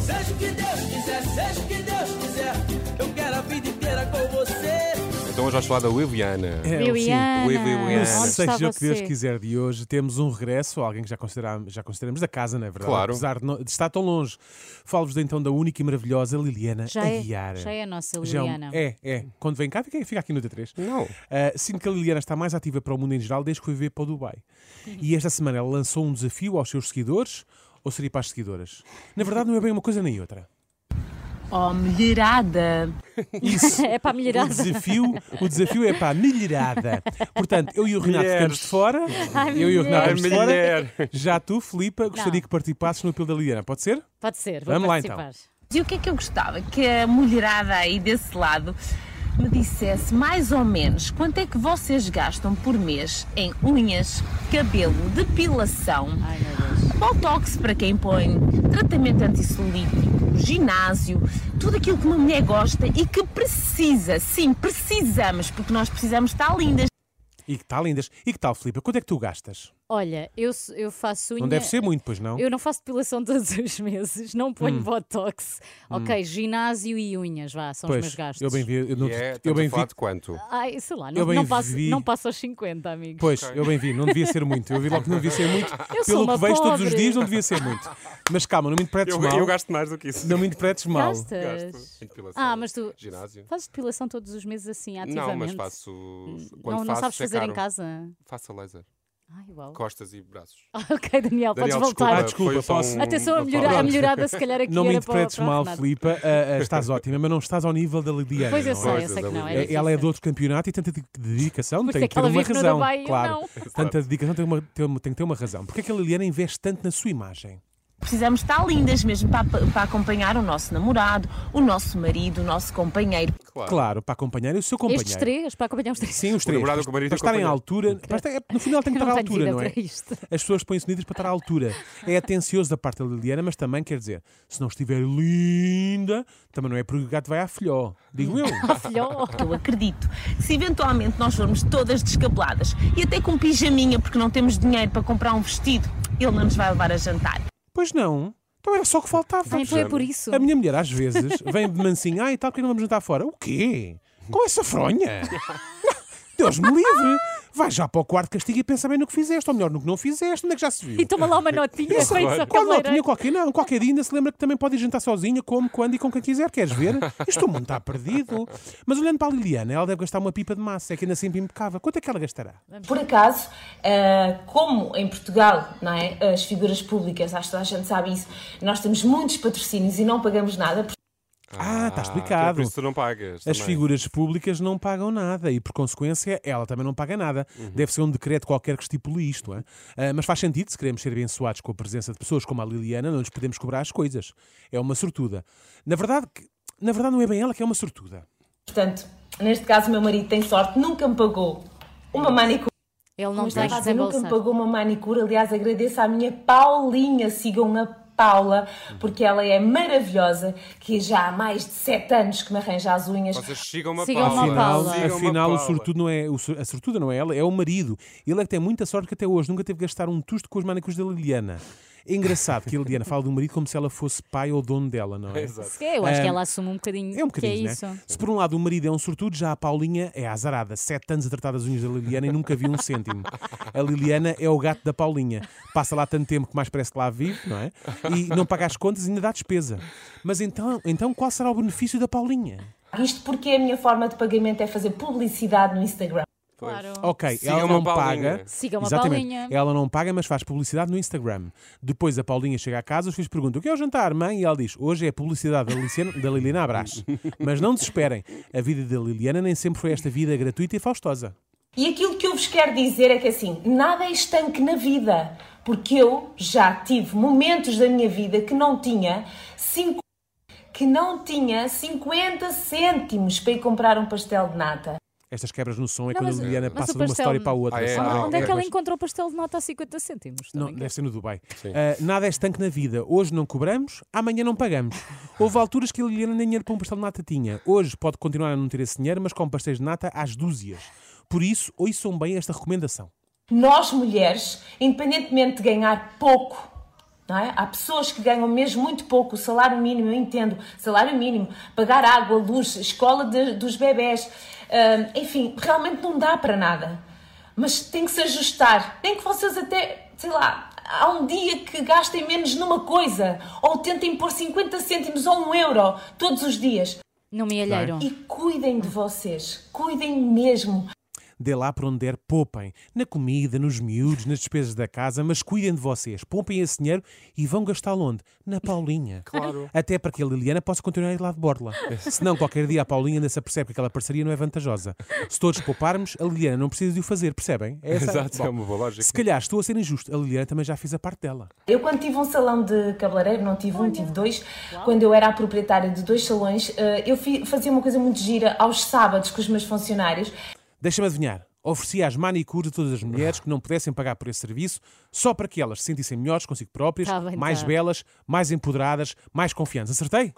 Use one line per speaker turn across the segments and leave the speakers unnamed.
Seja o que Deus quiser, seja o que Deus quiser, eu quero a vida inteira com você.
Então hoje vais falar da Liviana.
É,
Viu,
sim.
Iana?
Oi, Viu, Iana.
Onde
Mas
Ana.
está
seja o que Deus
você?
quiser de hoje, temos um regresso, alguém que já consideramos, já consideramos da casa, não é verdade?
Claro.
Apesar de, não- de estar tão longe. Falo-vos então da única e maravilhosa Liliana
Já é,
Aguiar.
já é a nossa
Já um-
Liliana.
é, é. Quando vem cá, fica, fica aqui no D3.
Não.
Ah, sinto que a Liliana está mais ativa para o mundo em geral desde que foi viver para o Dubai. E esta semana ela lançou um desafio aos seus seguidores, ou seria para as seguidoras? Na verdade, não é bem uma coisa nem outra.
Oh, mulherada!
Isso.
É para a
O
melhorada.
desafio, o desafio é para a milharada. Portanto, eu e o Renato
Mulheres.
ficamos de fora.
Ai,
eu e
mulheres.
o Renato
Ai,
ficamos de fora.
mulher.
Já tu, Filipa, gostaria que participasses no apelo da Liliana. Pode ser?
Pode ser, vou
Vamos lá, então.
participar.
E o que é que eu gostava? Que a mulherada aí desse lado me dissesse mais ou menos quanto é que vocês gastam por mês em unhas, cabelo, depilação,
Ai, meu Deus.
botox para quem põe, tratamento antissolítico, ginásio, tudo aquilo que uma mulher gosta e que precisa, sim, precisamos, porque nós precisamos estar lindas.
E que tal, lindas? E que tal, Filipa? Quanto é que tu gastas?
Olha, eu, s- eu faço unha.
Não deve ser muito, pois não? Hum.
Eu não faço depilação todos os meses, não ponho botox. Ok, ginásio e unhas, vá, são os
pois,
meus gastos.
eu bem vi. Eu, não,
E é,
eu
estamos
bem
a falar
vi.
de quanto?
Ai, sei lá,
Eu
não,
bem
não, passo,
vi-
não passo aos 50, amigos.
Pois, eu bem vi, não devia ser muito. Eu vi logo que não devia ser muito.
Eu sou
Pelo
uma
que vejo todos os
pobre.
dias, não devia ser muito. Mas calma, não me interpretes
Eu,
mal.
eu gasto mais do que isso.
Não me interpretes mal.
Gastas?
Gasto. Em depilação,
Ah, mas tu
Ginásio.
fazes depilação todos os meses assim, ativamente?
Não, mas faço. Quando
Hum, não, não
faço,
sabes
é
fazer
caro.
em casa?
Faço a laser.
Ai, uau.
Costas e braços.
Ah, ok, Daniel,
Daniel,
podes
desculpa,
voltar.
Ah, desculpa,
foi só
posso-
um-
Atenção, a,
uma
melhora, a
palavra.
melhorada, se calhar aqui
Não me
era para-
interpretes
para o
mal,
Renato.
Filipa. Ah, ah, estás ótima, mas não estás ao nível da Lidiana.
Pois eu
não
sei,
é?
eu
Pois,
sei que não.
é
É
É, ela é de outro campeonato e tanta de- dedicação
Por isso
tem
é
que
que
ter
ela
uma
vive no
razão.
Dubai e eu
claro,
não.
tanta dedicação tem, uma- tem uma- tem que ter uma razão. Porque é que a Liliana investe tanto na sua imagem?
Precisamos estar lindas mesmo para, para acompanhar o nosso namorado, o nosso marido, o nosso companheiro.
Claro.
Claro, para acompanhar e o seu companheiro.
Estes três, para acompanhar os três.
Sim, os três.
namorado,
Para,
o marido e
para
o
estarem à
companheiro.
altura. para estar- no final tem que
Eu
estar à
não tenho
altura,
vida
não é?
para isto.
As pessoas põem-se unidas para estar à altura. É atencioso da parte da Liliana, mas também quer dizer, se não estiver linda, também não é porque o gato vai à filhó. Digo eu.
Ah, filhó.
Eu acredito. Se eventualmente nós formos todas descabeladas e até com pijaminha porque não temos dinheiro para comprar um vestido, ele não nos vai levar a jantar.
Pois não. Então era só o que faltava.
Ah, Então é por isso.
A minha mulher, às vezes, vem de mansinha, ai, tal, porque não vamos jantar fora. O quê? Com essa fronha? Deus me livre! Vai já para o quarto castigo e pensa bem no que fizeste, ou melhor, no que não fizeste, onde é que já se viu?
E toma lá uma notinha,
Pensa,
feito
qual não tinha qualquer não, qualquer dia ainda se lembra que também pode ir jantar sozinha, como, quando e com quem quiser, queres ver? Isto o mundo está perdido. Mas olhando para a Liliana, ela deve gastar uma pipa de massa, é que ainda sempre impecável. Quanto é que ela gastará?
Por acaso, ah, como em Portugal, não é? as figuras públicas, acho que toda a gente sabe isso, nós temos muitos patrocínios e não pagamos nada.
Ah, está
então
explicado.
Por isso tu não pagas.
As
também.
figuras públicas não pagam nada e, por consequência, ela também não paga nada.
Uhum.
Deve ser um decreto qualquer que estipule isto. hã? Ah, mas faz sentido, se queremos ser abençoados com a presença de pessoas como a Liliana, não lhes podemos cobrar as coisas. É uma sortuda. Na verdade, que- na verdade não é bem ela que é uma sortuda.
Portanto, neste caso, o meu marido tem sorte, nunca me pagou uma manicure.
Ele não
Mas
está a
por acaso, nunca me
desembolsar.
pagou uma manicure. Aliás, agradeço à minha Paulinha. Sigam a Paula, porque ela é maravilhosa. Que já há mais de 7 anos que me arranja as unhas.
Vocês sigam uma
Sigam uma
Paula.
Paula.
Afinal,
Sigam uma
afinal, o
Paula.
sortudo não é, o sor- a sortuda não é ela, é o marido. Ele é que tem muita sorte que até hoje nunca teve que gastar um tusto com as manicures da Liliana. É engraçado que a Liliana fala do marido como se ela fosse pai ou dono dela, não é?
Exato.
Se calhar Eu acho que ela assume um bocadinho
É um
que é
bocadinho, né?
isso.
Se por um lado o marido é um sortudo, já a Paulinha é azarada. Sete anos a tratar das unhas da Liliana e nunca viu um cêntimo. A Liliana é o gato da Paulinha. Passa lá tanto tempo que mais parece que lá vive, não é? E não paga as contas e ainda dá despesa. Mas então, então qual será o benefício da Paulinha?
Isto porque a minha forma de pagamento é fazer publicidade no Instagram.
Claro.
Ok,
Sigam
ela não
a Paulinha.
paga.
Sigam a
Exatamente.
Paulinha.
Ela não paga, mas faz publicidade no Instagram. Depois a Paulinha chega a casa, os filhos perguntam: o que é o jantar, mãe? E ela diz: hoje é publicidade da, Liciana, da Liliana Abrás. Mas não desesperem, a vida da Liliana nem sempre foi esta vida gratuita e faustosa.
E aquilo que eu vos quero dizer é que assim, nada é estanque na vida, porque eu já tive momentos da minha vida que não tinha cinco, que não tinha 50 cêntimos para ir comprar um pastel de nata.
Estas quebras no som
Não,
é quando
mas-
a Liliana
mas
passa
o
de uma
pastel-
história para a outra.
Ah, é?
sabe?
Ah,
Onde é que ela
Mas-
encontrou pastel de nota a 50 cêntimos?
Não,
Também
deve ser no Dubai.
Sim.
Ah, nada é estanque na vida. Hoje não cobramos, amanhã não pagamos. Houve alturas que a Liliana nem dinheiro para um pastel de nata tinha. Hoje pode continuar a não ter esse dinheiro, mas com pastéis de nata às dúzias. Por isso, ouçam bem esta recomendação.
Nós mulheres, independentemente de ganhar pouco, não é? há pessoas que ganham mesmo muito pouco, o salário mínimo, eu entendo, salário mínimo, pagar água, luz, escola de- dos bebés, hum, enfim, realmente não dá para nada. Mas tem que se ajustar, tem que vocês até, sei lá, há um dia que gastem menos numa coisa, ou tentem pôr 50 cêntimos ou um euro todos os dias.
Não me alheiram.
E cuidem de vocês, cuidem mesmo.
Dê lá para onde der, poupem. Na comida, nos miúdos, nas despesas da casa, mas cuidem de vocês. Poupem esse dinheiro e vão gastá-lo onde? Na Paulinha.
Claro.
Até para que a Liliana possa continuar a ir lá de borla. Senão, qualquer dia a Paulinha ainda se apercebe que aquela parceria não é vantajosa. Se todos pouparmos, a Liliana não precisa de o fazer, percebem? É essa-
Exato, é
Bom,
uma boa lógica.
Se calhar estou a ser injusto, a Liliana também já fez a parte dela.
Eu quando tive um salão de cabeleireiro, não tive um, tive dois, quando eu era a proprietária de dois salões, eh, eu fi- fazia uma coisa muito gira aos sábados com os meus funcionários.
Deixa-me adivinhar. Oferecia as manicures a todas as mulheres que não pudessem pagar por esse serviço, só para que elas se sentissem melhores consigo próprias,
Tá bem,
mais
tá.
belas, mais empoderadas, mais confiantes. Acertei?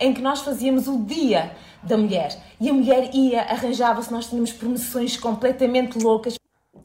em que nós fazíamos o Dia da Mulher. E a mulher ia, arranjava-se, nós tínhamos promoções completamente loucas.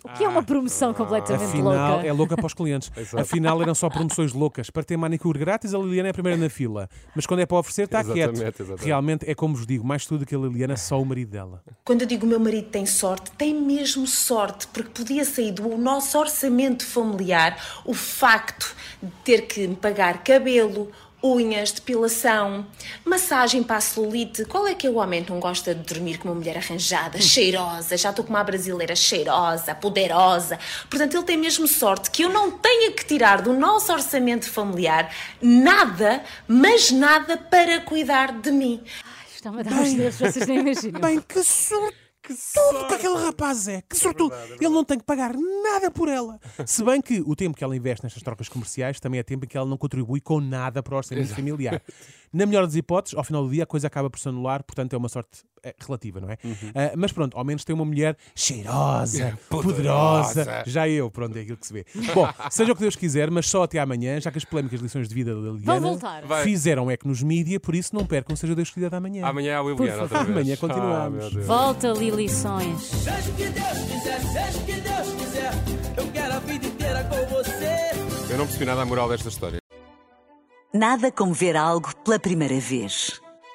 O que é uma promoção completamente
Ah. Afinal,
louca?
é louca para os clientes. Afinal, eram só promoções loucas. Para ter manicure grátis, a Liliana é a primeira na fila. Mas quando é para oferecer, está quieto.
Exatamente, exatamente.
Realmente, é como vos digo, mais tudo que a Liliana, só o marido dela.
Quando eu digo meu marido tem sorte, tem mesmo sorte, porque podia sair do nosso orçamento familiar o facto de ter que me pagar cabelo, unhas, depilação, massagem para a celulite. Qual é que é o homem que não gosta de dormir com uma mulher arranjada, cheirosa? Já estou com uma brasileira cheirosa, poderosa. Portanto, ele tem mesmo sorte que eu não tenha que tirar do nosso orçamento familiar nada, mas nada para cuidar de mim.
Está-me a dar uns dedos, vocês nem imaginam.
Ah, Bem, que sorte! Que sortudo que aquele rapaz é! Que sortudo! Ele não tem que pagar nada por ela! Se bem que o tempo que ela investe nestas trocas comerciais também é tempo em que ela não contribui com nada para o orçamento familiar. Na melhor das hipóteses, ao final do dia a coisa acaba por se anular, portanto é uma sorte eh, relativa, não é? Ah, mas pronto, ao menos tem uma mulher cheirosa, poderosa. Já eu, pronto, é aquilo que se vê. Bom, seja o que Deus quiser, mas só até amanhã, já que as polémicas lições de vida da Liliana
voltar. Vai.
fizeram é que nos mídia, por isso não percam, seja Deus que lhe dá amanhã.
Amanhã é o Liliana outra vez.
favor. Amanhã
Ah,
continuamos.
meu Deus.
Volta, Lilições.
Seja o que Deus quiser, seja o que Deus quiser, eu quero a vida inteira com você.
Eu não percebi nada a moral desta história.
Nada como ver algo pela primeira vez.